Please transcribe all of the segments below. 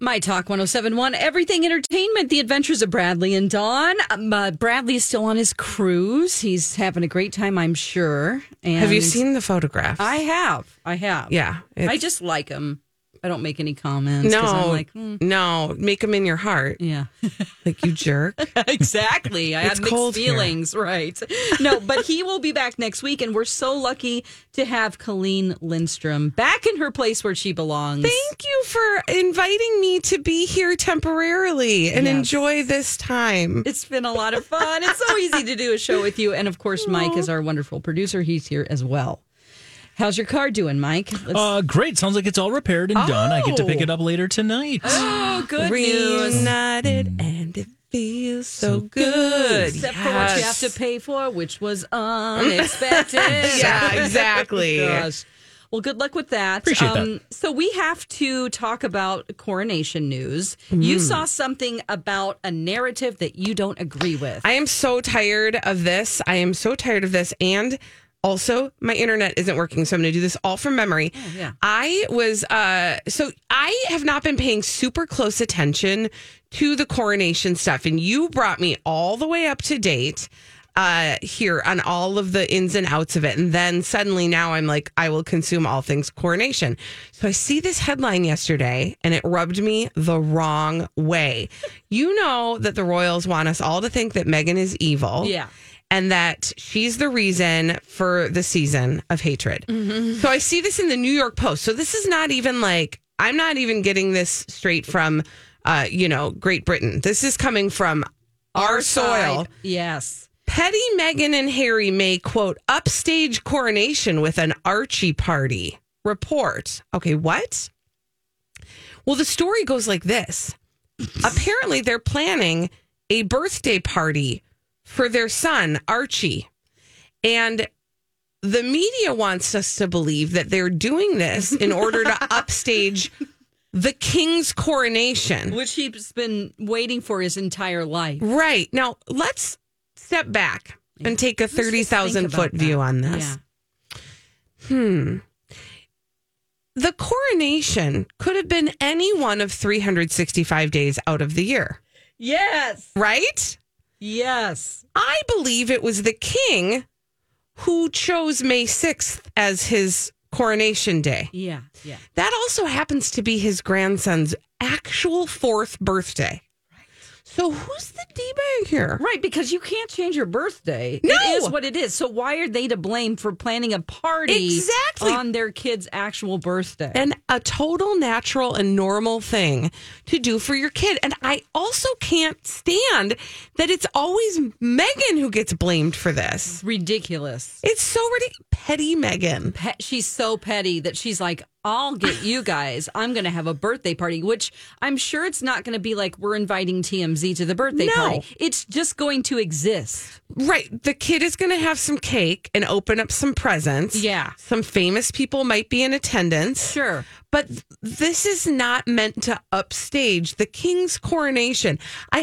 My Talk 1071, Everything Entertainment, The Adventures of Bradley and Dawn. Um, uh, Bradley is still on his cruise. He's having a great time, I'm sure. And Have you seen the photographs? I have. I have. Yeah. I it's- just like him. I don't make any comments. 'cause no, I'm like, hmm, no, make them in your heart, yeah. like you jerk. exactly. I It's had mixed cold here. feelings, right? No, but he will be back next week, and we're so lucky to have Colleen Lindstrom back in her place where she belongs. Thank you for inviting me to be here temporarily and enjoy this time. It's been a lot of fun. It's so easy to do a show with you, and of course, Mike is our wonderful producer. He's here as well. How's your car doing, Mike? Let's- Oh, Uh, great. Sounds like it's all repaired and done. I get to pick Oh. it up later tonight. oh, good news. Mm. Reunited and it feels so good. Except for what you have to Yes. pay for, which was unexpected. Yeah, exactly. Gosh. Well, good luck with that. Um, Appreciate So we have to talk about coronation news. Mm. You saw something about a narrative that you don't agree with. I am so tired of this. I am so tired of this. And also, my internet isn't working. So I'm going to do this all from memory. Oh, yeah. I was, uh, so I have not been paying super close attention to the coronation stuff. And you brought me all the way up to date uh, here on all of the ins and outs of it. And then suddenly now I'm like, I will consume all things coronation. So I see this headline yesterday and it rubbed me the wrong way. You know that the royals want us all to think that Meghan is evil. Yeah. And that she's the reason for the season of hatred. So I see this in the New York Post. So this is not even like, I'm not even getting this straight from, uh, you know, Great Britain. This is coming from our, soil. Side. Yes. Petty Meghan and Harry may quote upstage coronation with an Archie party. Report. Okay, what? Well, the story goes like this. Apparently, they're planning a birthday party for their son, Archie. And the media wants us to believe that they're doing this in order to upstage the king's coronation. Which he's been waiting for his entire life. Right. Now, let's step back and take a just think 30,000 foot about view that. on this. Hmm. Yeah. The coronation could have been any one of 365 days out of the year, Yes. right? Yes. I believe it was the king who chose May 6th as his coronation day. Yeah. Yeah. That also happens to be his grandson's actual fourth birthday. So who's the D bag here? Right, because you can't change your birthday. No! It is what it is. So why are they to blame for planning a party Exactly. on their kid's actual birthday? and a total natural and normal thing to do for your kid. And I also can't stand that it's always Megan who gets blamed for this. it's ridiculous. It's so ridiculous. Petty Megan. Pe- she's so petty that she's like, I'll get you guys. I'm going to have a birthday party, which I'm sure it's not going to be like we're inviting TMZ to the birthday No. party. It's just going to exist. Right. The kid is going to have some cake and open up some presents. Yeah. Some famous people might be in attendance. Sure. But this is not meant to upstage the king's coronation. I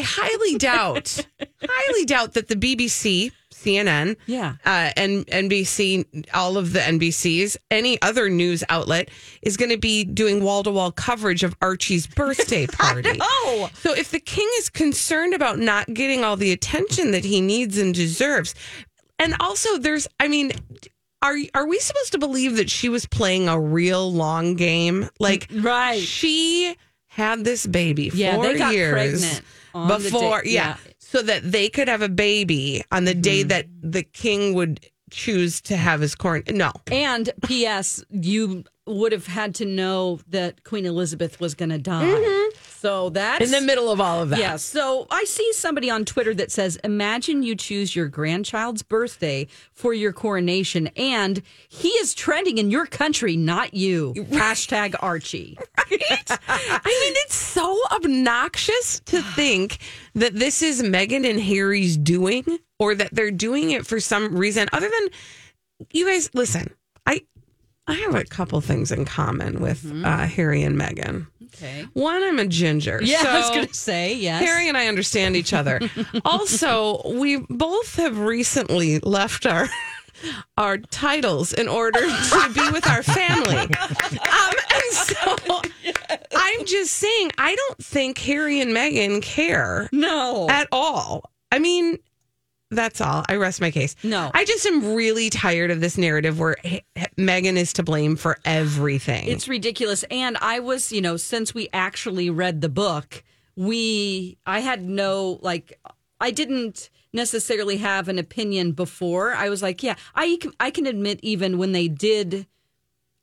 highly doubt, highly doubt that the BBC, CNN, Yeah. uh, and NBC, all of the NBCs, any other news outlet is going to be doing wall to wall coverage of Archie's birthday party. Oh, So if the king is concerned about not getting all the attention that he needs and deserves, and also there's, I mean, are are we supposed to believe that she was playing a real long game? Like, right. She had this baby Yeah, four they got years pregnant on the day- before, yeah, yeah. Mm-hmm. so that they could have a baby on the day that the king would choose to have his corn. No, And P.S., you would have had to know that Queen Elizabeth was going to die. So that's in the middle of all of that, Yeah. So I see somebody on Twitter that says, "Imagine you choose your grandchild's birthday for your coronation, and he is trending in your country, not you." Hashtag Archie. I mean, it's so obnoxious to think that this is Meghan and Harry's doing or that they're doing it for some reason other than you guys listen. I I have a couple things in common with Mm-hmm. uh, Harry and Meghan. Okay. One, I'm a ginger. Yeah, I was so- going to say, yes. Harry and I understand each other. also, we both have recently left our our titles in order to be with our family. Um, and so I'm just saying, I don't think Harry and Meghan care no. at all. I mean, that's all. I rest my case. No. I just am really tired of this narrative where H- Meghan is to blame for everything. It's ridiculous. And I was, you know, since we actually read the book, we, I had no, like, I didn't necessarily have an opinion before. I was like, yeah, I, c- I can admit even when they did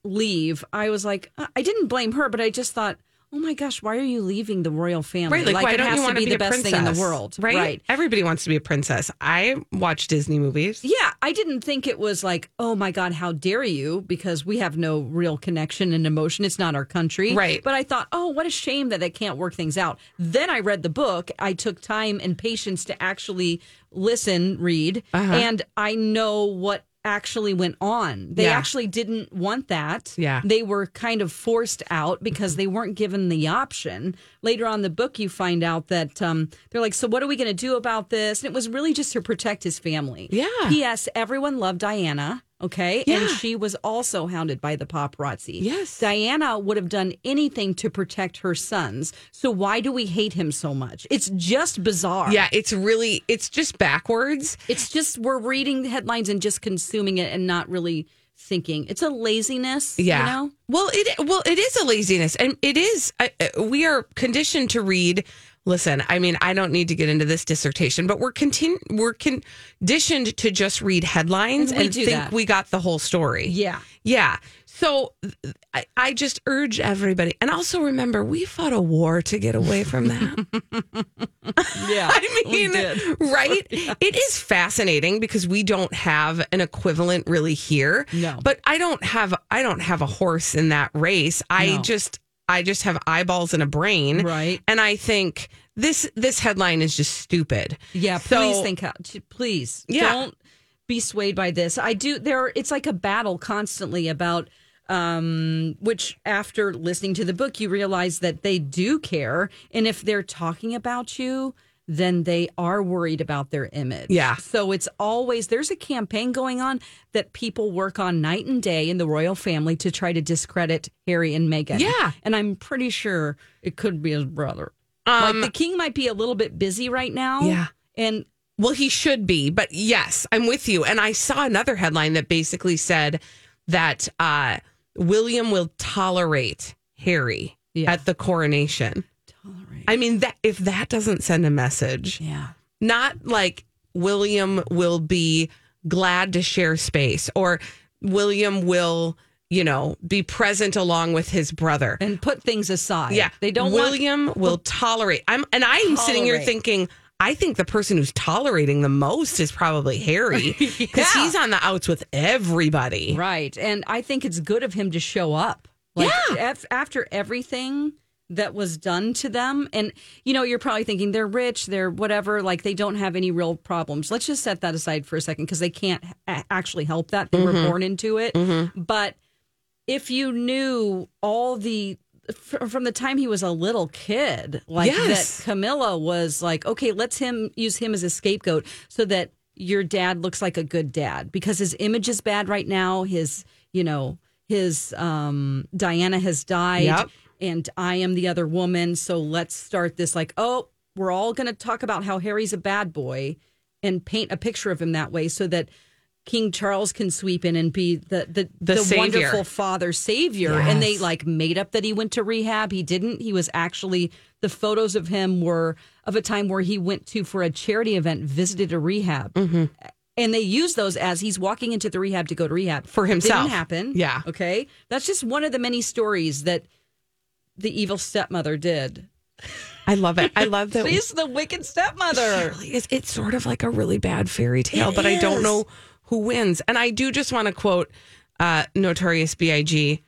leave, I was like, uh, I didn't blame her, but I just thought, oh my gosh, why are you leaving the royal family? Right, like, why it don't has you to want be to the best princess? thing in the world, Right? Everybody wants to be a princess. I watch Disney movies. Yeah, I didn't think it was like, oh my God, how dare you? Because we have no real connection and emotion. It's not our country. Right. But I thought, oh, what a shame that they can't work things out. Then I read the book. I took time and patience to actually listen, read, Uh-huh. and I know what actually went on. They Yeah. actually didn't want that. Yeah. They were kind of forced out because they weren't given the option. Later on in the book, you find out that um, they're like, so what are we going to do about this? And it was really just to protect his family. Yeah. P.S. Everyone loved Diana. Okay. And Yeah. she was also hounded by the paparazzi. Yes. Diana would have done anything to protect her sons. So why do we hate him so much? It's just bizarre. Yeah, it's really it's just backwards. It's just we're reading the headlines and just consuming it and not really thinking. It's a laziness. Yeah. You know? Well, it well it is a laziness, and it is. I, I- we are conditioned to read. Listen, I mean, I don't need to get into this dissertation, but we're continu- we're conditioned to just read headlines And we and, do think that. we got the whole story. Yeah. Yeah. So th- I, I just urge everybody, and also remember, we fought a war to get away from that. Yeah. I mean, right? It is fascinating because we don't have an equivalent really here. No. But I don't have I don't have a horse in that race. I No. just I just have eyeballs and a brain. Right. And I think this this headline is just stupid. Yeah, So- please think out. t- Please Yeah. don't be swayed by this. I do. There, it's like a battle constantly about um which after listening to the book you realize that they do care and if they're talking about you then they are worried about their image Yeah. so it's always there's a campaign going on that people work on night and day in the royal family to try to discredit harry and meghan Yeah. and i'm pretty sure it could be his brother like the king might be a little bit busy right now. Um, Yeah. And Well, he should be, but yes, I'm with you. And I saw another headline that basically said that uh, William will tolerate Harry Yeah. at the coronation. I mean, that if that doesn't send a message, yeah. not like William will be glad to share space or William will, you know, be present along with his brother. And put things aside. Yeah. They don't want William will tolerate. I'm and I'm sitting here Tolerate. thinking I think the person who's tolerating the most is probably Harry because Yeah. he's on the outs with everybody. Right. And I think it's good of him to show up. Like af- after everything that was done to them and you know you're probably thinking they're rich they're whatever like they don't have any real problems let's just set that aside for a second because they can't a- actually help that they were born into it but if you knew all the fr- from the time he was a little kid like Yes. that camilla was like okay let's him use him as a scapegoat so that your dad looks like a good dad because his image is bad right now his you know his um diana has died Yep. and i am the other woman so let's start this like oh we're all going to talk about how harry's a bad boy and paint a picture of him that way so that King Charles can sweep in and be the the, the, The savior. wonderful father savior. And they like made up that he went to rehab. He didn't. He was actually the photos of him were of a time where he went to for a charity event, visited a rehab. Mm-hmm. And they use those as he's walking into the rehab to go to rehab For himself. Didn't happen. Yeah. Okay. That's just one of the many stories that the evil stepmother did. I love it. I love that. She's the wicked stepmother. really is. It's sort of like a really bad fairy tale, It but I is. don't know who wins. And I do just want to quote uh, Notorious B.I.G.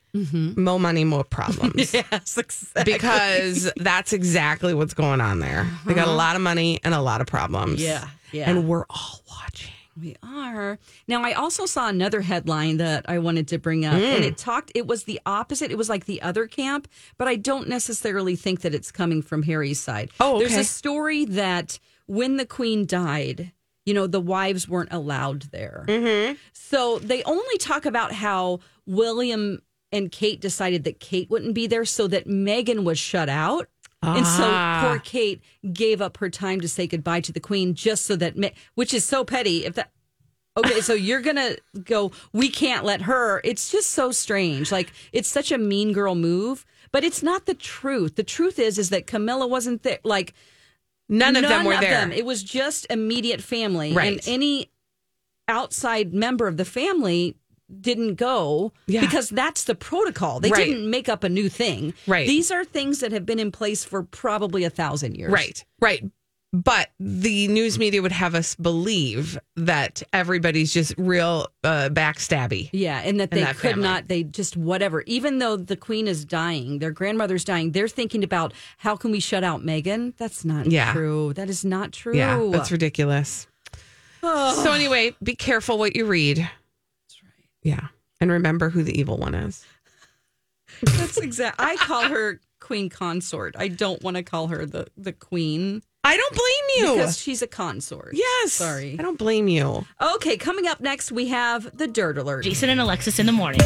More money, more problems. Mm-hmm. Yes, exactly. because that's exactly what's going on there. They got a lot of money and a lot of problems. Uh-huh. Yeah, yeah. And we're all watching. We are. Now, I also saw another headline that I wanted to bring up, Hmm. and it talked, it was the opposite. It was like the other camp, but I don't necessarily think that it's coming from Harry's side. Oh, okay. There's a story that when the queen died, you know, the wives weren't allowed there. Mm-hmm. So they only talk about how William and Kate decided that Kate wouldn't be there so that Megan was shut out. And Ah. so poor Kate gave up her time to say goodbye to the queen just so that, Me- which is so petty. If that, okay, so you're going to go, we can't let her. It's just so strange. Like, it's such a mean girl move, but it's not the truth. The truth is, is that Camilla wasn't there. Like, None of them were there. It was just immediate family. And Right. any outside member of the family didn't go Yeah. because that's the protocol. They Right. didn't make up a new thing. Right. These are things that have been in place for probably a thousand years. Right, right. But the news media would have us believe that everybody's just real uh, backstabby. Yeah, and that they that could family. not, they just whatever. Even though the queen is dying, their grandmother's dying, they're thinking about how can we shut out Megan? That's not Yeah. true. That is not true. Yeah, that's ridiculous. So anyway, be careful what you read. That's right. Yeah, and remember who the evil one is. That's exact. I call her queen consort. I don't want to call her the the queen I don't blame you. because she's a consort. yes, Sorry. I don't blame you. Okay, coming up next we have the dirt alert. Jason and Alexis in the morning.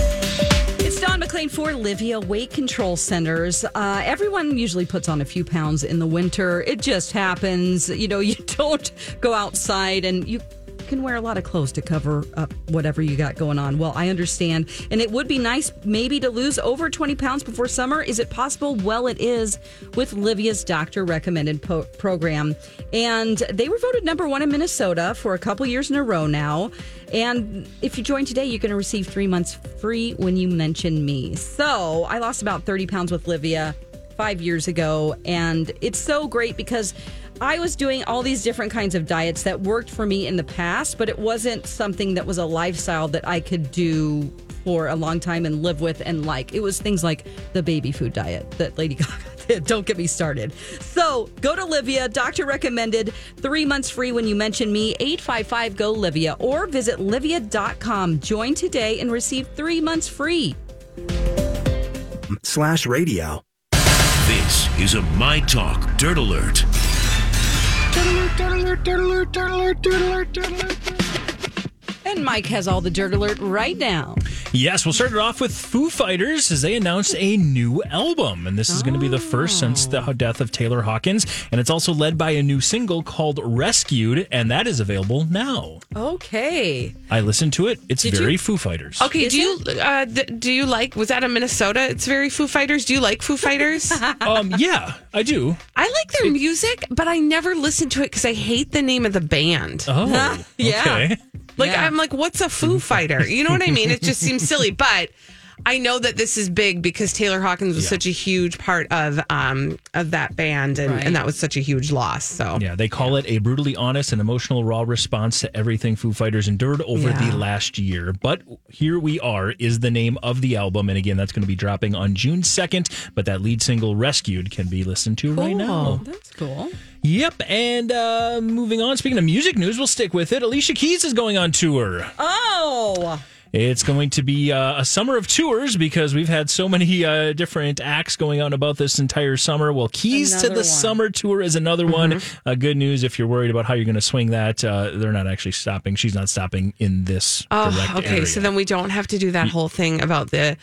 It's Don McLean for Livia Weight Control Centers. Uh, everyone usually puts on a few pounds in the winter. It just happens. You know, you don't go outside and you can wear a lot of clothes to cover up whatever you got going on. Well, I understand. And it would be nice maybe to lose over 20 pounds before summer. Is it possible? Well, it is with Livia's doctor recommended po- program. And they were voted number one in Minnesota for a couple years in a row now. And if you join today, you're going to receive three months free when you mention me. So I lost about 30 pounds with Livia five years ago. And it's so great because I was doing all these different kinds of diets that worked for me in the past, but it wasn't something that was a lifestyle that I could do for a long time and live with and like. It was things like the baby food diet that Lady Gaga did. Don't get me started. So go to Livia. Doctor recommended three months free when you mention me, 855 GO Livia, or visit Livia.com. Join today and receive three months free. slash radio. This is a My Talk Dirt Alert. And Mike has all the dirt alert right now. Yes, we'll start it off with Foo Fighters as they announce a new album. And this is going to be the first since the death of Taylor Hawkins. And it's also led by a new single called Rescued, and that is available now. Okay. I listened to it. It's Did you- very Foo Fighters. Okay. do you uh, th- do you like? Was that a Minnesota? It's very Foo Fighters. Do you like Foo Fighters? Um, yeah, I do. I like their music, but I never listen to it because I hate the name of the band. Oh, Yeah. okay. Like Yeah. I'm like, what's a Foo Fighter? You know what I mean? It just seems silly, but I know that this is big because Taylor Hawkins was such a huge part of um of that band, and, Right. and that was such a huge loss. So Yeah, they call it a brutally honest and emotional raw response to everything Foo Fighters endured over Yeah. the last year. But here we are is the name of the album, and again, that's going to be dropping on June second. But that lead single "Rescued" can be listened to right now. That's cool. Yep. And uh, moving on, speaking of music news, we'll stick with it. Alicia Keys is going on tour. Oh, It's going to be uh, a summer of tours because we've had so many uh, different acts going on about this entire summer. Well, Keys to Another the one. Summer Tour is another one. Mm-hmm. Uh, good news if you're worried about how you're going to swing that. Uh, they're not actually stopping. She's not stopping in this Oh, direct okay. area. So then we don't have to do that whole thing about the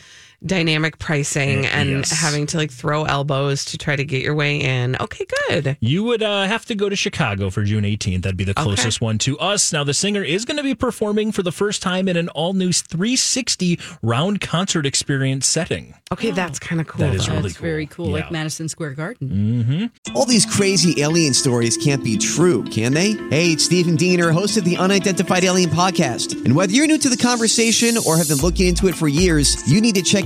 dynamic pricing and yes. having to like throw elbows to try to get your way in. Okay, good. You would uh, have to go to Chicago for June 18th. That'd be the closest one to us. Now, the singer is going to be performing for the first time in an all new 360 round concert experience setting. Okay, that's kind of cool. That is though. really that's very cool. Yeah. Mm. Like Madison Square Garden. All these crazy alien stories can't be true, can they? Hey, it's Stephen Diener, host of the Unidentified Alien Podcast. And whether you're new to the conversation or have been looking into it for years, you need to check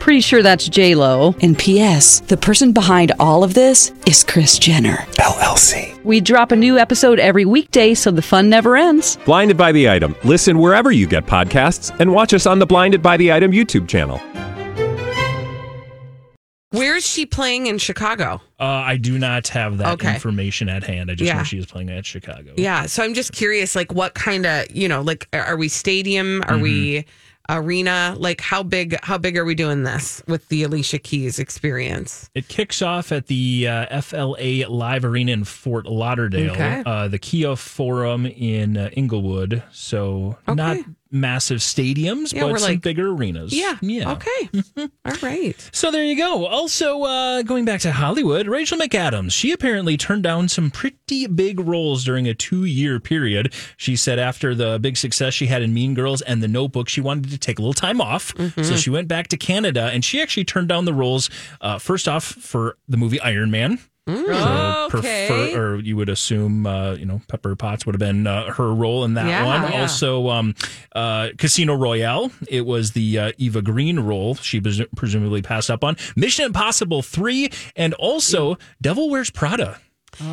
Pretty sure that's J Lo. And P.S. The person behind all of this is Chris Jenner. LLC. We drop a new episode every weekday, so the fun never ends. Blinded by the Item. Listen wherever you get podcasts and watch us on the Blinded by the Item YouTube channel. Where is she playing in Chicago? Uh, I do not have that Okay. information at hand. I just Yeah. know she is playing at Chicago. Yeah, so I'm just curious, like, what kind of, you know, like, are- are we stadium? Are we Mm-hmm. arena? Like, how big? How big are we doing this with the Alicia Keys experience? It kicks off at the uh, FLA Live Arena in Fort Lauderdale, Okay. uh, the Kia Forum in uh, Inglewood. So not Okay. massive stadiums, Yeah, but we're some like- bigger arenas. Yeah. Yeah. Okay. All right. So there you go. Also, uh, going back to Hollywood, Rachel McAdams, she apparently turned down some pretty big roles during a two year period. She said after the big success she had in Mean Girls and The Notebook, she wanted to take a little time off. So she went back to Canada and she actually turned down the roles, uh, first off, for the movie Iron Man. So Okay. or you would assume, uh, you know, Pepper Potts would have been uh, her role in that Yeah. one. Yeah. Also, um, uh, Casino Royale. It was the uh, Eva Green role she pres- presumably passed up on. Mission Impossible Three, and also Devil Wears Prada.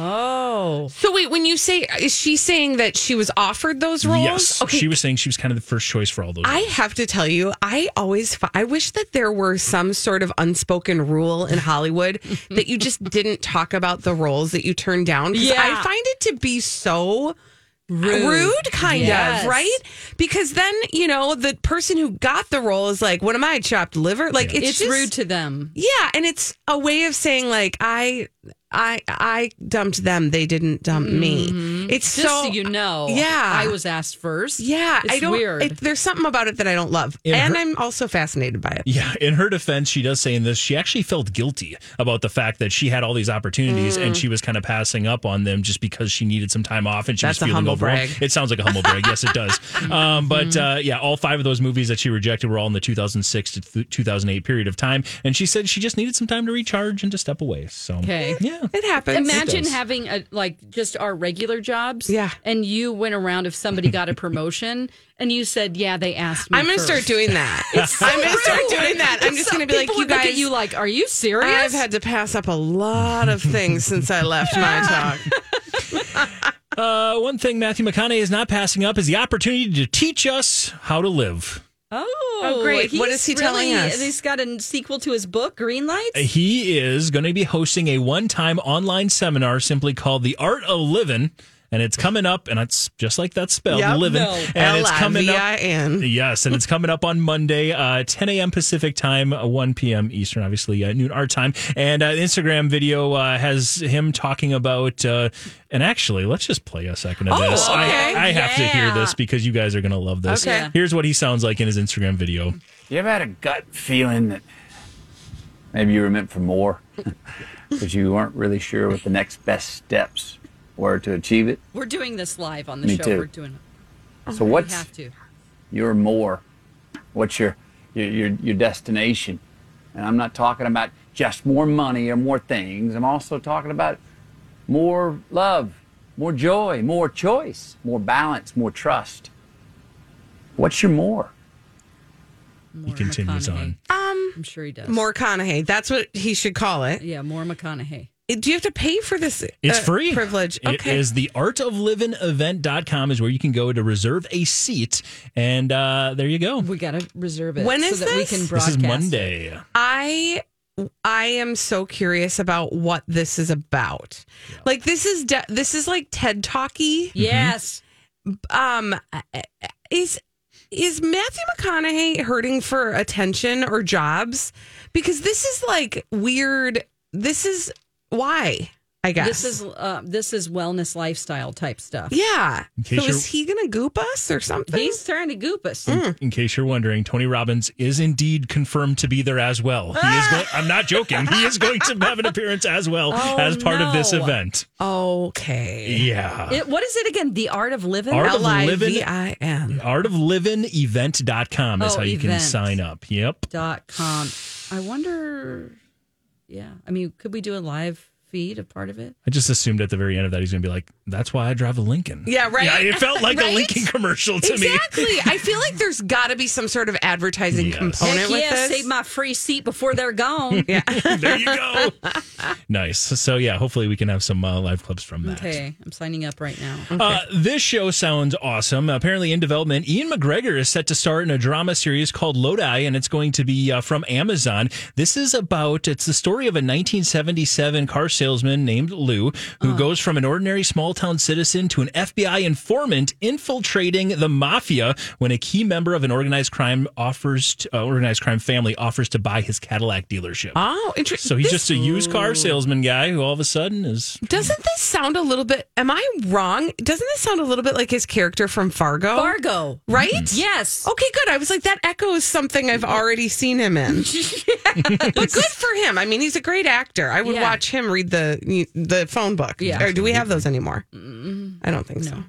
Oh. So wait, when you say, is she saying that she was offered those roles? Yes, Okay. she was saying she was kind of the first choice for all those. I have to tell you, I always fi- I wish that there were some sort of unspoken rule in Hollywood that you just didn't talk about the roles that you turned down. 'Cause Yeah. I find it to be so Rude. rude, kind Yes. of right because then you know the person who got the role is like, "What am I chopped liver?" Like it's, It's, just- rude to them. yeah, and it's a way of saying like I I I dumped them, they didn't dump me. It's Mm-hmm. Just so, so you know, yeah. I was asked first. yeah, it's I don't. Weird. It, there's something about it that I don't love, It and hurt- I'm also fascinated by it. Yeah, in her defense, she does say in this, she actually felt guilty about the fact that she had all these opportunities Mm. and she was kind of passing up on them just because she needed some time off and she That's a was feeling humble overwhelmed. brag. Mm-hmm. It sounds like a humble brag. Yes, it does. Um, but uh, yeah, all five of those movies that she rejected were all in the 2006 to th- 2008 period of time. And she said she just needed some time to recharge and to step away. So, Okay. yeah. It happens. Imagine having a like just our regular jobs. Yeah. And you went around if somebody got a promotion and you said, Yeah, they asked me. I'm gonna first." start doing that. I'm gonna start doing that. I'm just gonna be like, People you would look at guys, you like, are you serious? I've had to pass up a lot of things since I left my talk. Uh, one thing Matthew McConaughey is not passing up is the opportunity to teach us how to live. oh, Oh, great. What is he he's telling really- us? He's got a sequel to his book, Green Lights. He is going to be hosting a one time online seminar simply called The Art of Living. And it's coming up, and it's just like that's spelled, Yep. living. No. And it's coming up. L-I-V-I-N. Yes, and it's coming up on Monday, uh, 10 a.m. Pacific time, uh, 1 p.m. Eastern, obviously uh, noon our time. And uh, the Instagram video uh, has him talking about, uh, and actually, let's just play a second of Oh, this. okay. I, I have to hear Yeah. this because you guys are going to love this. Okay. Here's what he sounds like in his Instagram video. You ever had a gut feeling that maybe you were meant for more? Because you weren't really sure what the next best steps were to achieve it? We're doing this live on the Me show. too. We're doing it. so, We what's have to. your more? What's your, your, your, your destination? And I'm not talking about just more money or more things. I'm also talking about more love, more joy, more choice, more balance, more trust. What's your more? More continues McConaughey. on. I'm sure he does. More Conahay. That's what he should call it. Yeah, more McConaughey. Do you have to pay for this? It's uh, free. Privilege. Okay. It is the artoflivingevent.com is where you can go to reserve a seat. And uh, there you go. We got to reserve it When so is that we this? can This broadcast. is it. Monday. I I am so curious about what this is about. Like this is de- this is like TED Talky. Yes. Mm-hmm. um is is Matthew McConaughey hurting for attention or jobs? Because this is like weird. This is why. I guess. This is uh, this is wellness lifestyle type stuff. yeah. So case is he gonna goop us or something? He's trying to goop us. In case you're wondering, Tony Robbins is indeed confirmed to be there as well. He is Ah. going, I'm not joking. He is going to have an appearance as well Oh, as part of this no. event. okay. Yeah. It, what is it again? The art of living. Art of L I living- V I N. Artoflivinevent.com is Oh, how you can event. sign up. Yep. dot com. I wonder. Yeah, I mean, could we do a live feed of part of it? I just assumed at the very end of that he's going to be like, "That's why I drive a Lincoln." Yeah, right. it felt like a Right? Lincoln commercial to me. Exactly. I feel like there's got to be some sort of advertising Yes. component Heck with yeah, this. save my free seat before they're gone. there you go. nice. So yeah, hopefully we can have some uh, live clips from that. Okay, I'm signing up right now. Uh, this show sounds awesome. Apparently, in development, Ian McGregor is set to star in a drama series called Lodi, and it's going to be uh, from Amazon. This is about it's the story of a 1977 car salesman named Lou who goes from an ordinary small town citizen to an FBI informant infiltrating the mafia when a key member of an organized crime offers to, uh, organized crime family offers to buy his Cadillac dealership. Oh, interesting. So he's just a used car salesman guy who all of a sudden is Doesn't this sound a little bit? Am I wrong? Doesn't this sound a little bit like his character from Fargo? Fargo. Oh. right? Yes. Mm-hmm. Okay, good. I was like, that echoes something I've already seen him in. But good for him. I mean, he's a great actor. I would Yeah. watch him read the the phone book. Yeah. Mm-hmm. Or do we have those anymore? I don't think so.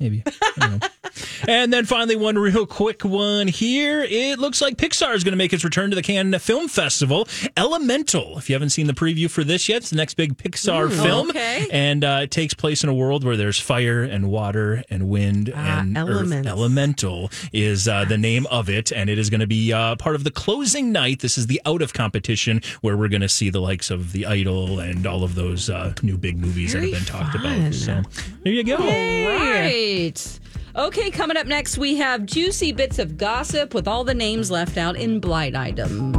Maybe. I don't know. and then finally, one real quick one here. It looks like Pixar is going to make its return to the Cannes Film Festival. Elemental. If you haven't seen the preview for this yet, it's the next big Pixar film. okay. And uh, it takes place in a world where there's fire and water and wind Ah, and earth. elements. Elemental is uh, the name of it. And it is going to be uh, part of the closing night. This is the out of competition where we're going to see the likes of The Idol and all of those uh, new big movies that have been talked fun. about. So there you go. Right. Okay, coming up next, we have juicy bits of gossip with all the names left out in blind items.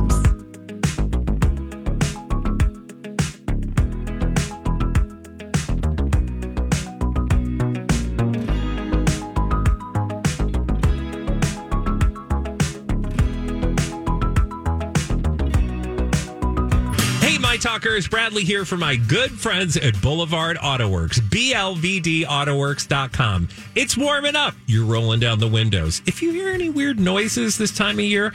Hey, my talkers, Bradley here for my good friends at Boulevard AutoWorks, blvdautoworks.com. It's warming up. You're rolling down the windows. If you hear any weird noises this time of year,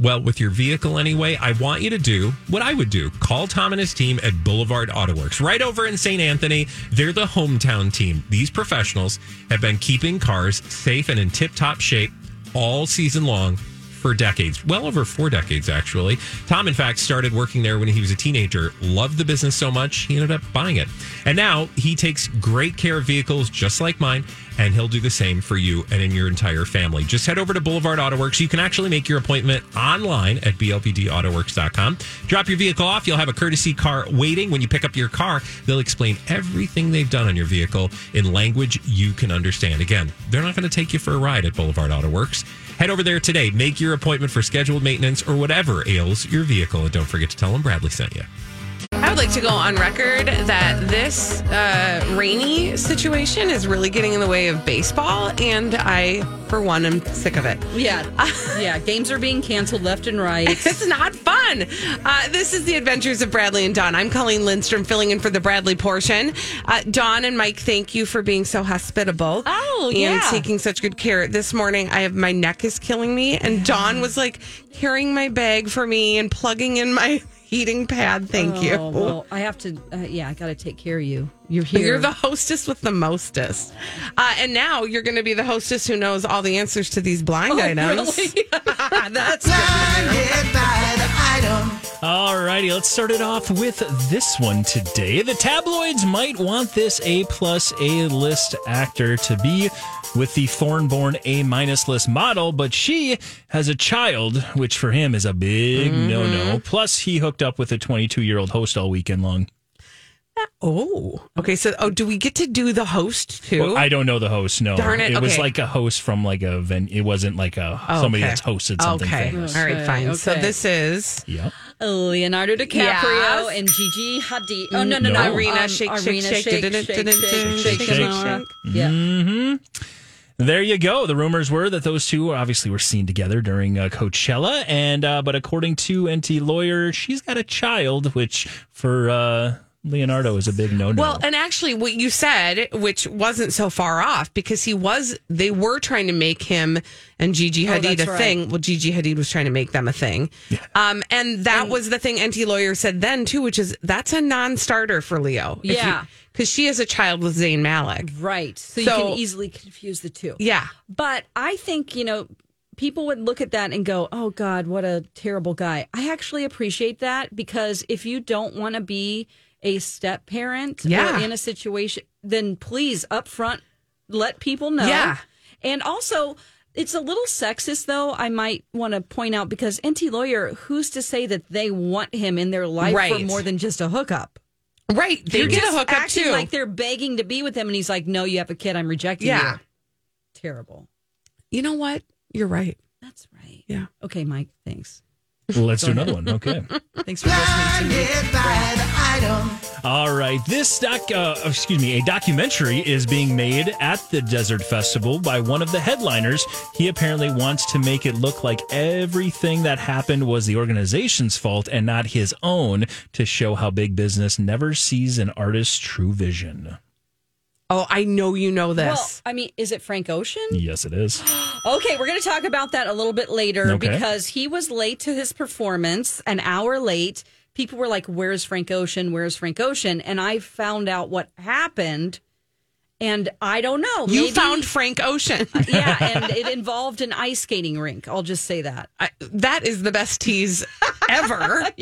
well, with your vehicle anyway, I want you to do what I would do. Call Tom and his team at Boulevard AutoWorks right over in St. Anthony. They're the hometown team. These professionals have been keeping cars safe and in tip top shape all season long for decades, well over four decades, actually. Tom, in fact, started working there when he was a teenager, loved the business so much, he ended up buying it. And now he takes great care of vehicles just like mine, and he'll do the same for you and in your entire family. Just head over to Boulevard AutoWorks. You can actually make your appointment online at blvdautoworks.com. Drop your vehicle off. You'll have a courtesy car waiting. When you pick up your car, they'll explain everything they've done on your vehicle in language you can understand. Again, they're not going to take you for a ride at Boulevard AutoWorks. Head over there today. Make your appointment for scheduled maintenance or whatever ails your vehicle. And don't forget to tell them Bradley sent you. I would like to go on record that this uh, rainy situation is really getting in the way of baseball, and I, for one, am sick of it. Yeah. yeah. Games are being canceled left and right. It's not fun. Uh, this is the Adventures of Bradley and Dawn. I'm Colleen Lindstrom, filling in for the Bradley portion. Uh, Dawn and Mike, thank you for being so hospitable. Oh, and yeah. taking such good care. This morning, I have my neck is killing me, and Dawn was like carrying my bag for me and plugging in my heating pad. Thank you. Oh, well, I have to, uh, yeah, I got to take care of you. You're here. You're the hostess with the mostest. Uh, and now you're going to be the hostess who knows all the answers to these blind Oh, items. That's All righty, let's start it off with this one today. The tabloids might want this A plus A list actor to be with the Thornborn A minus list model, but she has a child, which for him is a big Mm-hmm. no no. Plus, he hooked up with a 22 year old host all weekend long. Oh, okay. So, oh, do we get to do the host too? Well, I don't know the host. No, Darn it, was okay. like a host from like a ven- it wasn't like a Oh, somebody okay. that's hosted something. Okay. famous. All right, fine. So Okay. this is Yep. Leonardo DiCaprio Yes. and Gigi Hadid. Oh, no, no, No. no. Arena, Um, shake, shake, Arena, shake, shake, da-da-da, shake, shake, da-da-da, shake, shake, shake, shake. Mm-hmm. shake. Yeah. There you go. The rumors were that those two obviously were seen together during uh, Coachella, and uh, but according to NT lawyer, she's got a child, which for uh, Leonardo is a big no no. Well, and actually, what you said, which wasn't so far off, because he was, they were trying to make him and Gigi Hadid Oh, that's a right. thing. Well, Gigi Hadid was trying to make them a thing. Um, and that was the thing NT Lawyer said then, too, which is that's a non starter for Leo. Yeah. Because she is a child with Zayn Malik. Right. So, you So- can easily confuse the two. Yeah. But I think, you know, people would look at that and go, oh God, what a terrible guy. I actually appreciate that because if you don't want to be a step parent Yeah. or in a situation, then please up front let people know. Yeah. And also, it's a little sexist, though, I might want to point out because NT Lawyer, who's to say that they want him in their life for Right. more than just a hookup? Right. They You're did a just hookup, acting too. Like they're begging to be with him, and he's like, "No, you have a kid. I'm rejecting yeah. you." Terrible. You know what? You're right. That's right. Yeah. Okay, Mike. Thanks. Let's do another one. Okay. Thanks for listening to me. All right. This doc, uh, excuse me, a documentary is being made at the Desert Festival by one of the headliners. He apparently wants to make it look like everything that happened was the organization's fault and not his own to show how big business never sees an artist's true vision. Oh, I know you know Well, this. I mean, is it Frank Ocean? Yes, it is. Okay, we're going to talk about that a little bit later Okay. because he was late to his performance, an hour late. People were like, "Where's Frank Ocean? Where's Frank Ocean?" And I found out what happened, and I don't know. you Maybe- found Frank Ocean. yeah, and it involved an ice skating rink. I'll just say that. I, that is the best tease ever.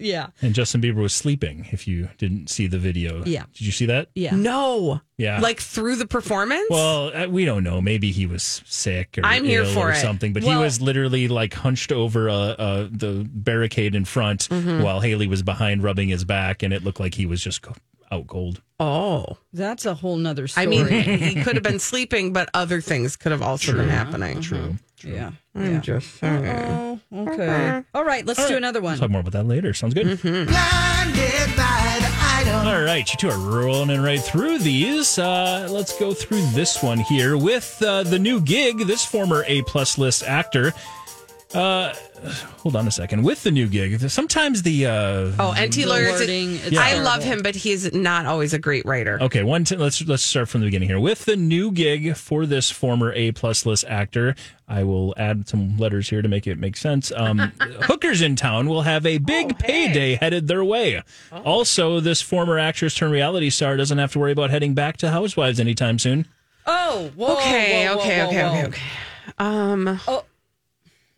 Yeah, And Justin Bieber was sleeping if you didn't see the video. Yeah. Did you see that? yeah. No. Yeah. Like through the performance? Well, uh, we don't know. Maybe he was sick or I'm here ill for or it. something. But Well- he was literally like hunched over uh, uh, the barricade in front Mm-hmm. while Haley was behind rubbing his back, and it looked like he was just co- out cold. oh. That's a whole nother I story. mean, he could have been sleeping, but other things could have also been happening. True. yeah. I'm just saying. Oh, okay. All right, let's do another one. Talk more about that later. Sounds Mm-hmm. good. All right, you two are rolling right through these. Uh, let's go through this one here with uh, the new gig. This former A plus list actor. Uh, hold on a second. With the new gig, sometimes the uh, Oh, NT lawyers. wording, it's I terrible. love him, but he's not always a great writer. Okay, one. T- let's let's start from the beginning here. With the new gig for this former A plus list actor, I will add some letters here to make it make sense. Um, hookers in town will have a big payday headed their way. Also, this former actress turned reality star doesn't have to worry about heading back to Housewives anytime soon. Oh, whoa, Okay, whoa, whoa, okay, whoa, okay, whoa. okay, okay. Um,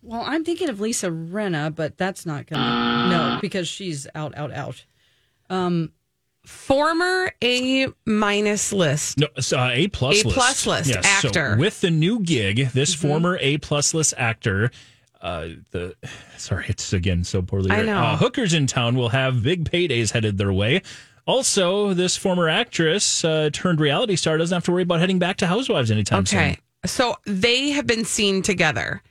Well, I'm thinking of Lisa Renna, but that's not gonna no because she's out, out, out. former A minus list. No, it's, uh, a plus A list. plus list so actor. Mm-hmm. with the new gig, this former A plus list actor. Uh, the sorry, it's again so poorly. I written. know. Uh, hookers in town will have big paydays headed their way. Also, this former actress uh, turned reality star doesn't have to worry about heading back to Housewives anytime Okay, so they have been seen together.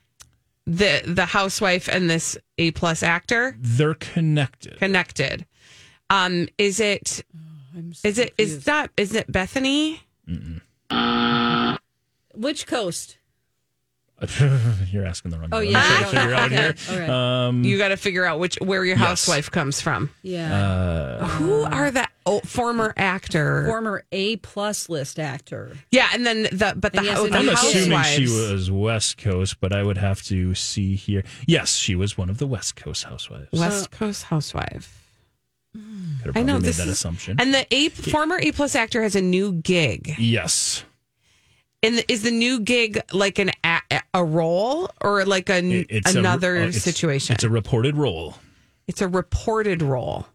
The the housewife and this A plus actor soon. They're connected. connected. Um, is it? Oh, Is it? Is that? Is it Bethany? Which coast? You're asking the wrong. Oh, one. I'm yeah. trying to figure out here. Uh, All right. Mm. you got to figure out which where your housewife comes from. yeah. uh, Who are the oh, former actor? Former A plus list actor. yeah, and then the but the, And yes, hou- and the I'm assuming housewives. she was West Coast, but I would have to see here. Yes, she was one of the West Coast Housewives. West Coast housewife. Could have I know probably made this that is- assumption. And the A former A plus actor has a new gig. Yes. And the- is the new gig like an a, a role or like an, It- it's a- another uh, it's- situation? It's a reported role. reported role.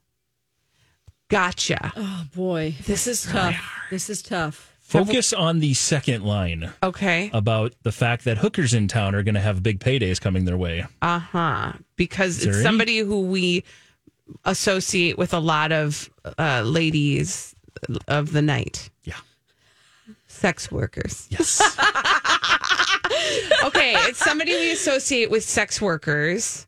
Gotcha. Oh boy, This is tough. This is tough. Focus on the second line Okay. about the fact that hookers in town are going to have big paydays coming their way. Uh huh. Because there it's any- somebody who we associate with a lot of uh, ladies of the night. Yeah. Sex workers. Yes. Okay. it's somebody we associate with sex workers.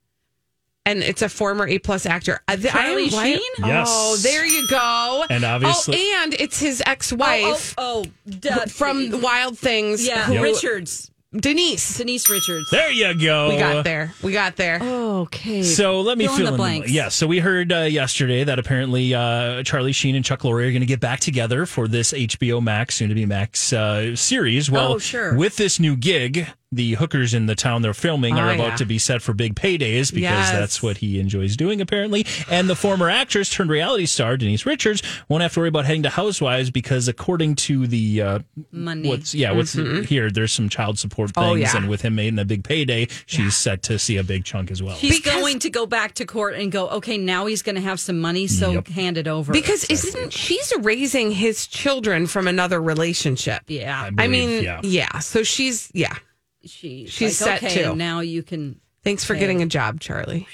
And it's a former A plus actor. Uh, I- I am Charlie blank- Sheen? Yes. Oh, there you go. And obviously- oh, and it's his ex Oh, wife oh, oh duh. from Wild Things. yeah, who- Richards. Denise. Denise Richards. There you go. We got there. We got there. Oh. Okay. So let me fill, fill, in the blanks. Yeah, so we heard uh, yesterday that apparently uh, Charlie Sheen and Chuck Lorre are going to get back together for this HBO Max, soon to be Max uh, series. Well, Oh, sure. with this new gig, the hookers in the town they're filming are Oh, about yeah. to be set for big paydays because Yes. that's what he enjoys doing, apparently. And the former actress turned reality star, Denise Richards, won't have to worry about heading to Housewives because, according to the uh, Money. Mm-hmm. what's yeah what's here there's some child support things Oh, yeah. and with him making a big payday she's set to see a big chunk as well He's going to go back to court and go, okay, now he's going to have some money, so hand it over. Because isn't she's raising his children from another relationship? yeah, I believe, mean, yeah. yeah. So she's yeah. she's, she's like, set okay, too. Now you can. Thanks for getting a job, Charlie.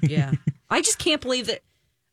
Yeah, I just can't believe that.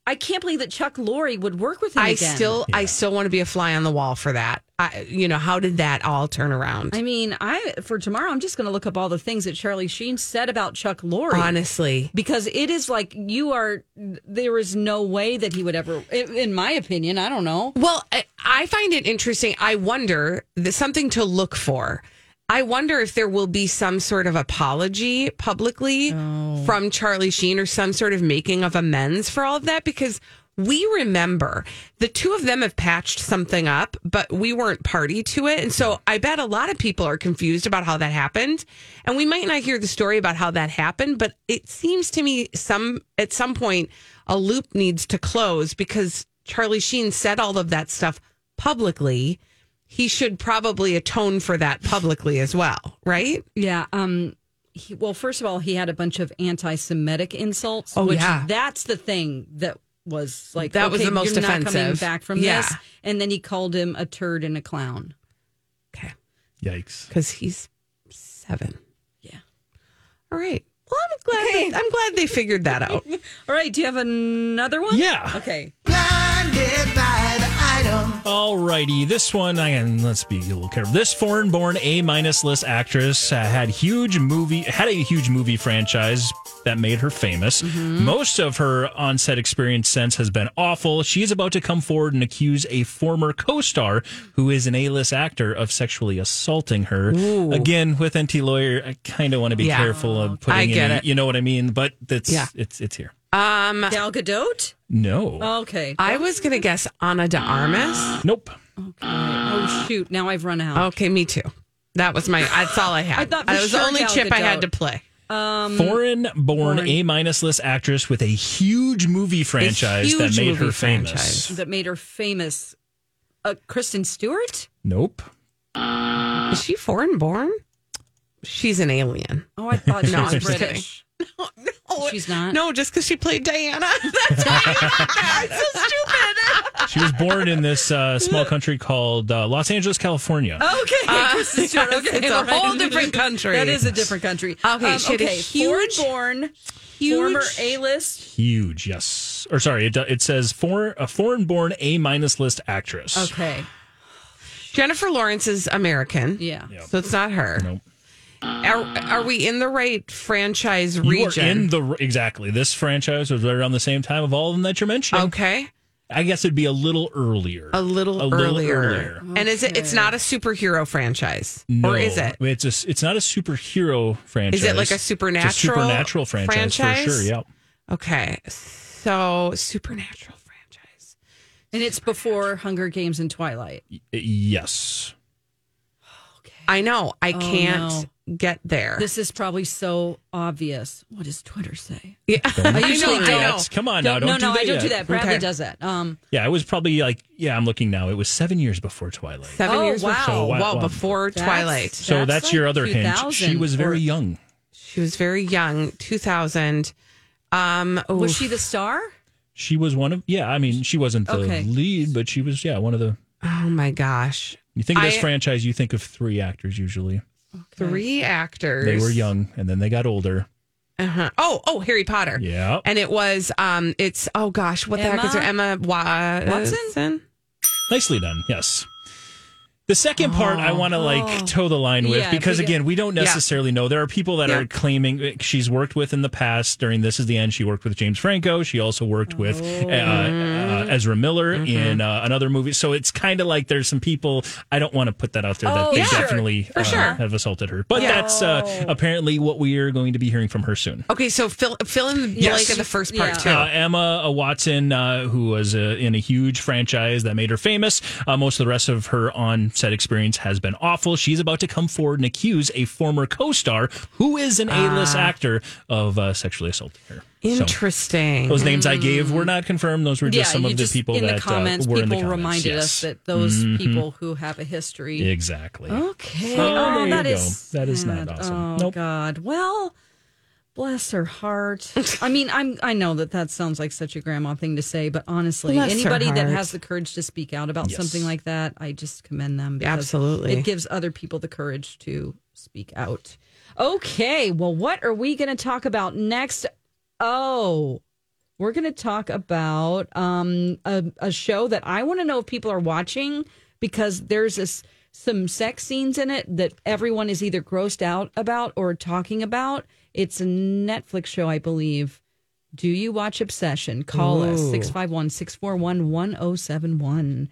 I can't believe that Chuck Lorre would work with him I again. still I still want to be a fly on the wall for that. I, you know, how did that all turn around? I mean, I for tomorrow, I'm just going to look up all the things that Charlie Sheen said about Chuck Lorre. Honestly. because it is like you are. There is no way that he would ever, in, in my opinion. I don't know. Well, I, I find it interesting. I wonder there's something to look for. I wonder if there will be some sort of apology publicly from Charlie Sheen or some sort of making of amends for all of that because we remember the two of them have patched something up, but we weren't party to it. And so I bet a lot of people are confused about how that happened. And we might not hear the story about how that happened, but it seems to me some at some point a loop needs to close because Charlie Sheen said all of that stuff publicly, he should probably atone for that publicly as well, right? Yeah. Um. He, well, first of all, he had a bunch of anti-Semitic insults. Oh, which yeah. That's the thing that was like That was okay, the most you're Not coming offensive. back from Yeah. this, and then he called him a turd and a clown. Okay. yikes Because he's seven. Yeah. All right. Well, I'm glad. That, I'm glad they figured that out. All right. Do you have another one? Yeah. Okay. Alrighty, this one, and let's be a little careful. This foreign-born A minus list actress uh, had huge movie had a huge movie franchise that made her famous. Mm-hmm. Most of her on-set experience since has been awful. She is about to come forward and accuse a former co-star who is an A-list actor of sexually assaulting her. Again, with NT lawyer, I kind of want to be Yeah. careful of putting I get any- it. you know what I mean. But it's Yeah. it's it's here. Gal Gadot. No, Uh. Okay. I was gonna guess Anna de Armas. nope. Oh shoot! Now I've run out. Okay, me too. That was my. That's all I had. I thought for that was sure the only Gal chip I had Gadot. to play. Mm. foreign born A minus list actress with a huge movie franchise that huge made her movie famous. franchise. That made her famous. Uh, Kristen Stewart. Nope. Is she foreign born? She's an alien. Oh, I thought she No, was I'm just British. Oh, She's not? No, just because she played Diana. That's why. That's so stupid. She was born in this uh, small country called uh, Los Angeles, California. Oh. Okay. Kristen Stewart. yes, Okay. it's a all right. whole different country. Uh, that is a different country. Um, Okay, she had a huge- foreign-born, huge- former A-list. Huge, yes. Or sorry, it, it says for, a foreign born A minus list actress. Okay. Jennifer Lawrence is American. Yeah. So it's not her. Nope. Are, are we in the right franchise You region? are in the exactly. This franchise was right around the same time of all of them that you're mentioning. okay. I guess it'd be a little earlier. Oh. A little earlier. earlier. And is it? It's not a superhero franchise, No, or is it? It's a, s- it's not a superhero franchise. like a It's supernatural supernatural franchise, franchise? for sure. Yeah. Okay. So supernatural franchise. And it's before Hunger Games and Twilight. Yes. I know. I can't Oh, no. get there. This is probably so obvious. What does Twitter say? yeah. I usually know, I know. don't. Come on No, now. Don't no, do no, that I don't yet. do that. Bradley Okay. does that. Um, Yeah, it was probably like, yeah, I'm looking now. It was seven years before Twilight. Seven Oh, years wow. before. Wow, Well, wow. before that's- Twilight. so that's, like your other hint. 2000 She was or- very young. She was very young, 2000. Um, Was oof. she the star? She was one of, yeah, I mean, she wasn't the Okay. lead, but she was, yeah, one of the. oh my gosh. You think of this I- franchise, you think of three actors usually. Three actors. They were young and then they got older. Uh-huh. Oh, oh, Harry Potter. Yeah. And it was, um, it's, oh gosh, what the heck is her? Emma Wa- Watson? Nicely done. Yes. The second part I want to like toe the line with Yeah, if because we get- again we don't necessarily know. There are people that Yeah. are claiming she's worked with in the past. During this is the end, she worked with James Franco. She also worked with uh, uh, Ezra Miller in uh, another movie. So it's kind of like there's some people I don't want to put that out there that Oh, they yeah. definitely For uh, sure. have assaulted her. But that's uh, apparently what we are going to be hearing from her soon. Okay, so fill fill in the blank Yes. of the first part Yeah. too. Uh, Emma uh, Watson, uh, who was uh, in a huge franchise that made her famous. Uh, most of the rest of her on set experience has been awful. She's about to come forward and accuse a former co star, who is an A Ah. list actor, of uh, sexually assaulting her. So, Interesting. those names I gave were not confirmed. Those were yeah, just some you of just, the people in that the comments, uh, were in people the comments. reminded yes. us that those people who have a history. Exactly. Okay. Oh, Oh, there you that go. is That is not sad. awesome. Oh Nope. God. Well, bless her heart. I mean, I'm. I know that that sounds like such a grandma thing to say, but honestly, Bless her anybody that heart. has the courage to speak out about Yes. something like that, I just commend them. because Absolutely. it gives other people the courage to speak out. Okay. Well, what are we going to talk about next? Oh. We're going to talk about um, a, a show that I want to know if people are watching because there's this, some sex scenes in it that everyone is either grossed out about or talking about. It's a Netflix show, I believe. Do you watch Obsession? Call us 651 641 1071.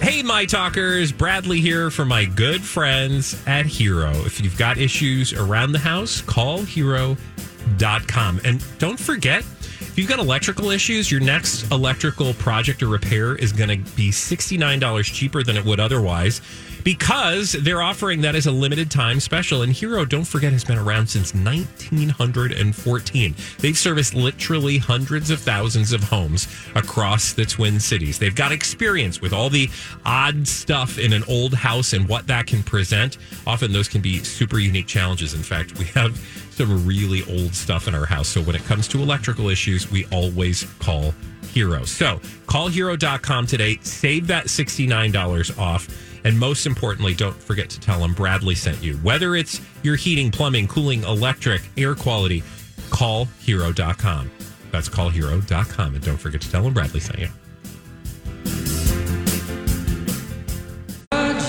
Hey, my talkers, Bradley here for my good friends at Hero. If you've got issues around the house, call hero.com. And don't forget, if you've got electrical issues, your next electrical project or repair is going to be $69 cheaper than it would otherwise because they're offering that as a limited time special. And Hero, don't forget, has been around since 1914. They've serviced literally hundreds of thousands of homes across the Twin Cities. They've got experience with all the odd stuff in an old house and what that can present. Often those can be super unique challenges. In fact, we have some really old stuff in our house. So when it comes to electrical issues, we always call Hero. So call hero.com today. Save that $69 off. And most importantly, don't forget to tell them Bradley sent you. Whether it's your heating, plumbing, cooling, electric, air quality, call hero.com. That's callhero.com. And don't forget to tell them Bradley sent you.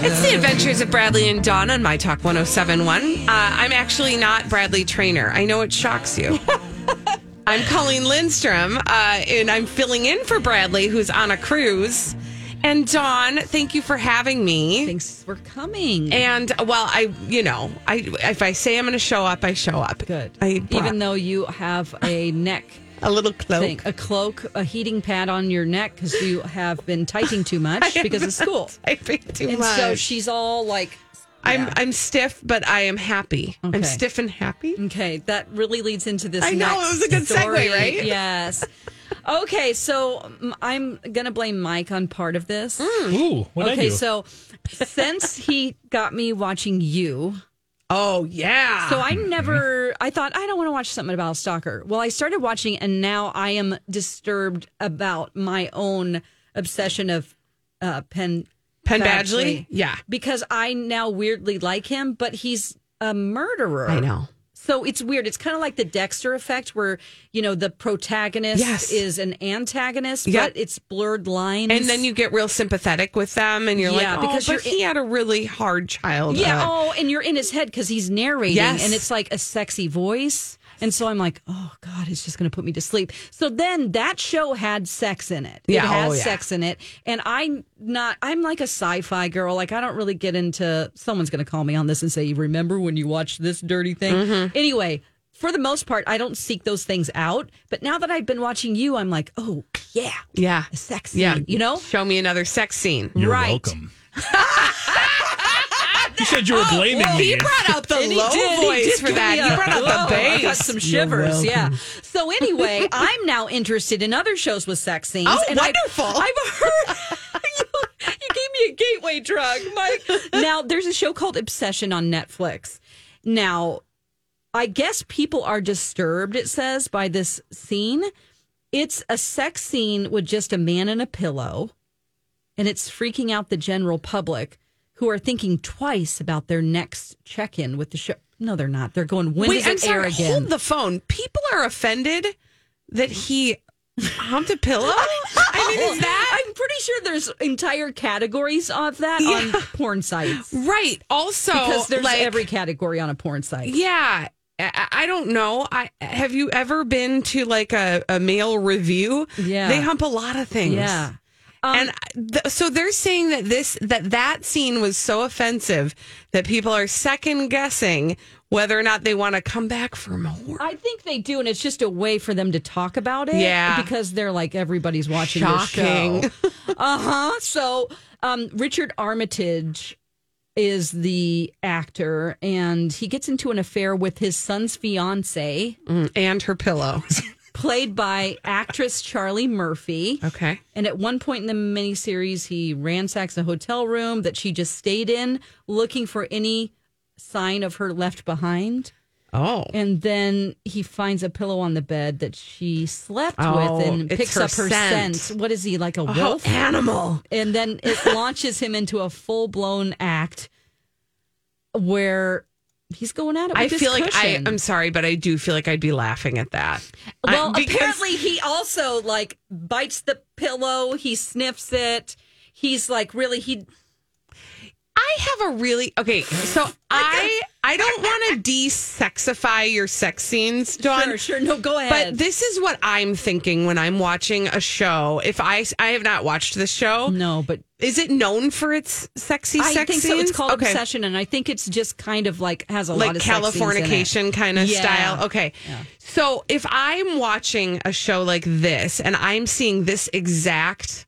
It's the Adventures of Bradley and Dawn on My Talk 1071. Uh, I'm actually not Bradley Trainer. I know it shocks you. I'm Colleen Lindstrom, uh, and I'm filling in for Bradley, who's on a cruise. And Dawn, thank you for having me. Thanks for coming. And well, I, you know, I if I say I'm going to show up, I show up. Good. I brought Even though you have a neck a little cloak. thing, a cloak, a heating pad on your neck because you have been typing too much because of school. I think too And much. so she's all like, I'm I'm stiff, but I am happy. I'm Okay. stiff and happy. okay, that really leads into this. I know, next it was a good segue, story. right? Yes. okay, so um, I'm going to blame Mike on part of this. Mm. Ooh, what I okay, do? so since he got me watching you, Oh yeah. So I never, I thought, I don't want to watch something about a stalker. Well, I started watching it, and now I am disturbed about my own obsession of uh, Penn. Penn Badgley? Yeah. Because I now weirdly like him, but he's a murderer. I know. So it's weird. It's kind of like the Dexter effect where, you know, the protagonist Yes. is an antagonist, Yep. but it's blurred lines. And then you get real sympathetic with them, and you're Yeah, like, oh, because because you're- he had a really hard uh, childhood. Yeah. Oh, and you're in his head because he's narrating, Yes. and it's like a sexy voice. And so I'm like, oh God, it's just going to put me to sleep. So then that show had sex in it. Yeah, it has oh, yeah. sex in it, and I'm not. I'm like a sci-fi girl. Like I don't really get into. Someone's going to call me on this and say, "You remember when you watched this dirty thing?" Mm-hmm. Anyway. For the most part, I don't seek those things out. But now that I've been watching you, I'm like, oh yeah, yeah, a sex yeah. scene, you know? show me another sex scene. You're oh. right. welcome. you said you were blaming he me. brought out the And Oh, he low did, he did voice for give that. me He a- brought out the Whoa, I got bass. some shivers, yeah. So anyway, I'm now interested in other shows with sex scenes. Oh, and I've- wonderful. I've, heard you, you gave me a gateway drug, Mike. now there's a show called Obsession on Netflix. Now, I guess people are disturbed. It says by this scene. It's a sex scene with just a man and a pillow and it's freaking out the general public who are thinking twice about their next check in with the show. No, they're not. They're going, when Wait, does it I'm sorry. air again? Hold the phone. People are offended that he humped a pillow. I mean, is that? I'm pretty sure there's entire categories of that on porn sites Right. Also, because there's like, every category on a porn site. Yeah. I I don't know. I have you ever been to like a, a male review? Yeah. they hump a lot of things. Yeah. Um, and I- th- so they're saying that this that that scene was so offensive that people are second guessing whether or not they want to come back for more. I think they do, and it's just a way for them to talk about it. Yeah. because they're like everybody's watching. Shocking. uh huh. So, um, Richard Armitage is the actor, and he gets into an affair with his son's fiance, and her pillow. played by actress Charlie Murphy. Okay. And at one point in the miniseries, he ransacks a hotel room that she just stayed in, looking for any sign of her left behind. Oh, And then he finds a pillow on the bed that she slept Oh, with and it's picks her up her scent. scent. What is he, like a Oh, wolf? animal. and then it launches him into a full blown act where he's going at it. With I his feel like I. cushion. I'm sorry, but I do feel like I'd be laughing at that. I- Well, because- apparently he also like bites the pillow. He sniffs it. He's like really he. I have a really okay. So I I don't want to de-sexify your sex scenes, Dawn. Sure, sure. No, go ahead. But this is what I'm thinking when I'm watching a show. If I I have not watched the show, no, but is it known for its sexy I sex think so. scenes? It's called obsession, and I think it's just kind of like has a lot like of sex scenes in it. Californication kind of Yeah. style. Okay. So if I'm watching a show like this and I'm seeing this exact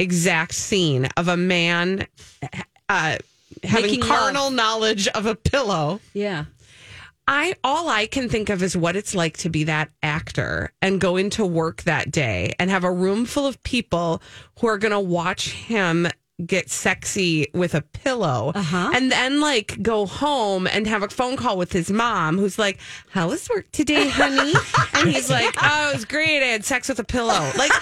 exact scene of a man uh, having Making carnal love. knowledge of a pillow. Yeah. I all I can think of is what it's like to be that actor and go into work that day and have a room full of people who are going to watch him get sexy with a pillow and then like go home and have a phone call with his mom who's like how was work today honey and he's like oh it was great i had sex with a pillow like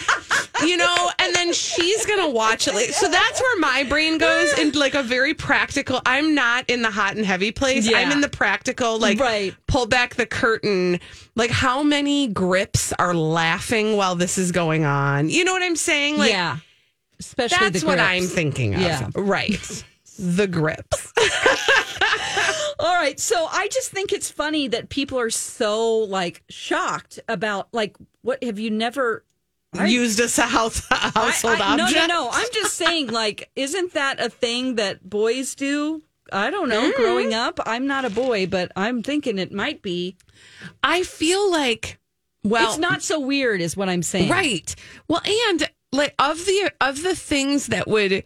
you know and then she's gonna watch it like, so that's where my brain goes in like a very practical i'm not in the hot and heavy place i'm Yeah. in the practical like Right. pull back the curtain like how many grips are laughing while this is going on you know what i'm saying like yeah. Especially that's the what grips. i'm thinking of Yeah. right the grips All right. So I just think it's funny that people are so like shocked about like what have you never used as a house a household I- I- object No, no, no. I'm just saying, like, isn't that a thing that boys do? I don't know. Mm-hmm. Growing up, I'm not a boy, but I'm thinking it might be. i feel like well it's not so weird, is what I'm saying. Right. Well, and like of the of the things that would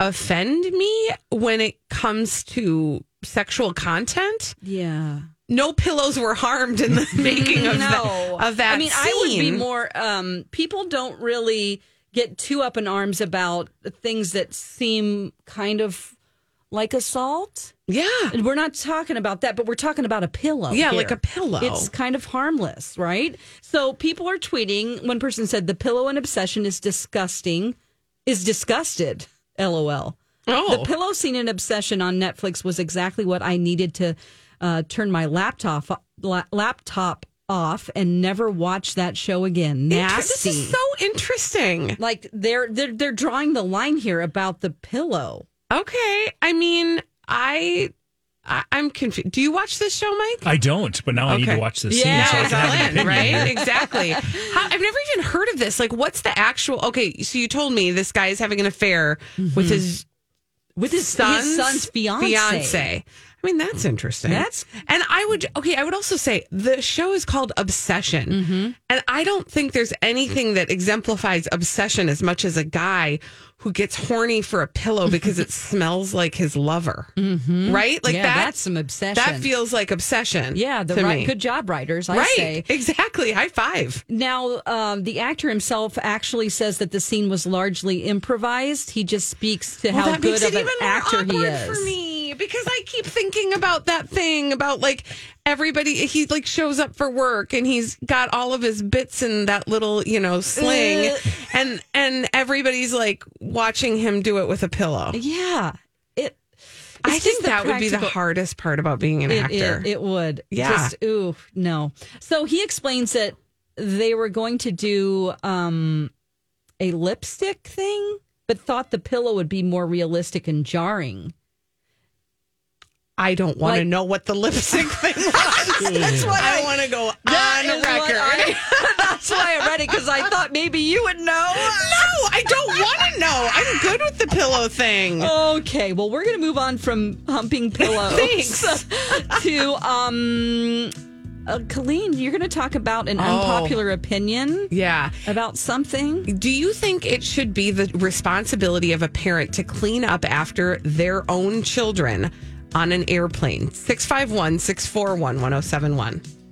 offend me when it comes to sexual content, Yeah. no pillows were harmed in the making of, no. the, of that. I mean, I would be scene. more. Um, people don't really get too up in arms about things that seem kind of like assault. Yeah. And we're not talking about that, but we're talking about a pillow. Yeah, here. like a pillow. It's kind of harmless, right? So people are tweeting. One person said the pillow and obsession is disgusting. Is disgusted. LOL. Oh. The pillow scene in Obsession on Netflix was exactly what I needed to uh, turn my laptop la- laptop off and never watch that show again. Inter- Nasty. This is so interesting. like they're they're they're drawing the line here about the pillow. Okay. I mean, I, I I'm confused. Do you watch this show, Mike? I don't, but now I need Okay. to watch this Yeah, scene. it's So I all can have an in, opinion. right? exactly. How, I've never even heard of this. Like, what's the actual? Okay, so you told me this guy is having an affair with his with his son's, Mm-hmm. son's fiancée. fiancée. I mean, that's interesting. That's- and I would okay. I would also say the show is called Obsession, Mm-hmm. and I don't think there's anything that exemplifies obsession as much as a guy who gets horny for a pillow because it smells like his lover, right? Like Mm-hmm. yeah, that- that's some obsession. That feels like obsession. yeah, the to right, me. good job writers, I Right. say. Exactly. High five. Now, um, the actor himself actually says that the scene was largely improvised. He just speaks to how good of an actor he is. for me because I keep thinking about that thing about like everybody. He like shows up for work and he's got all of his bits in that little you know sling, Uh. and and everybody's like watching him do it with a pillow. Yeah, it. it's I just think the that would be the practical- hardest part about being an It, actor. it, it would. Yeah. Just, ooh, no. So he explains that they were going to do um, a lipstick thing but thought the pillow would be more realistic and jarring. I don't want to Like- Hmm. know what the lip sync thing was. That's what I want to go on is what record. I- that's why I read it because I thought maybe you would know. no, I don't want to know. I'm good with the pillow thing. Oh, Okay, well, we're going to move on from humping pillows Thanks. to um, uh, Colleen. You're going to talk about Oh. an unpopular opinion Yeah. about something. Do you think it should be the responsibility of a parent to clean up after their oh own children on an airplane? 651 641 1071.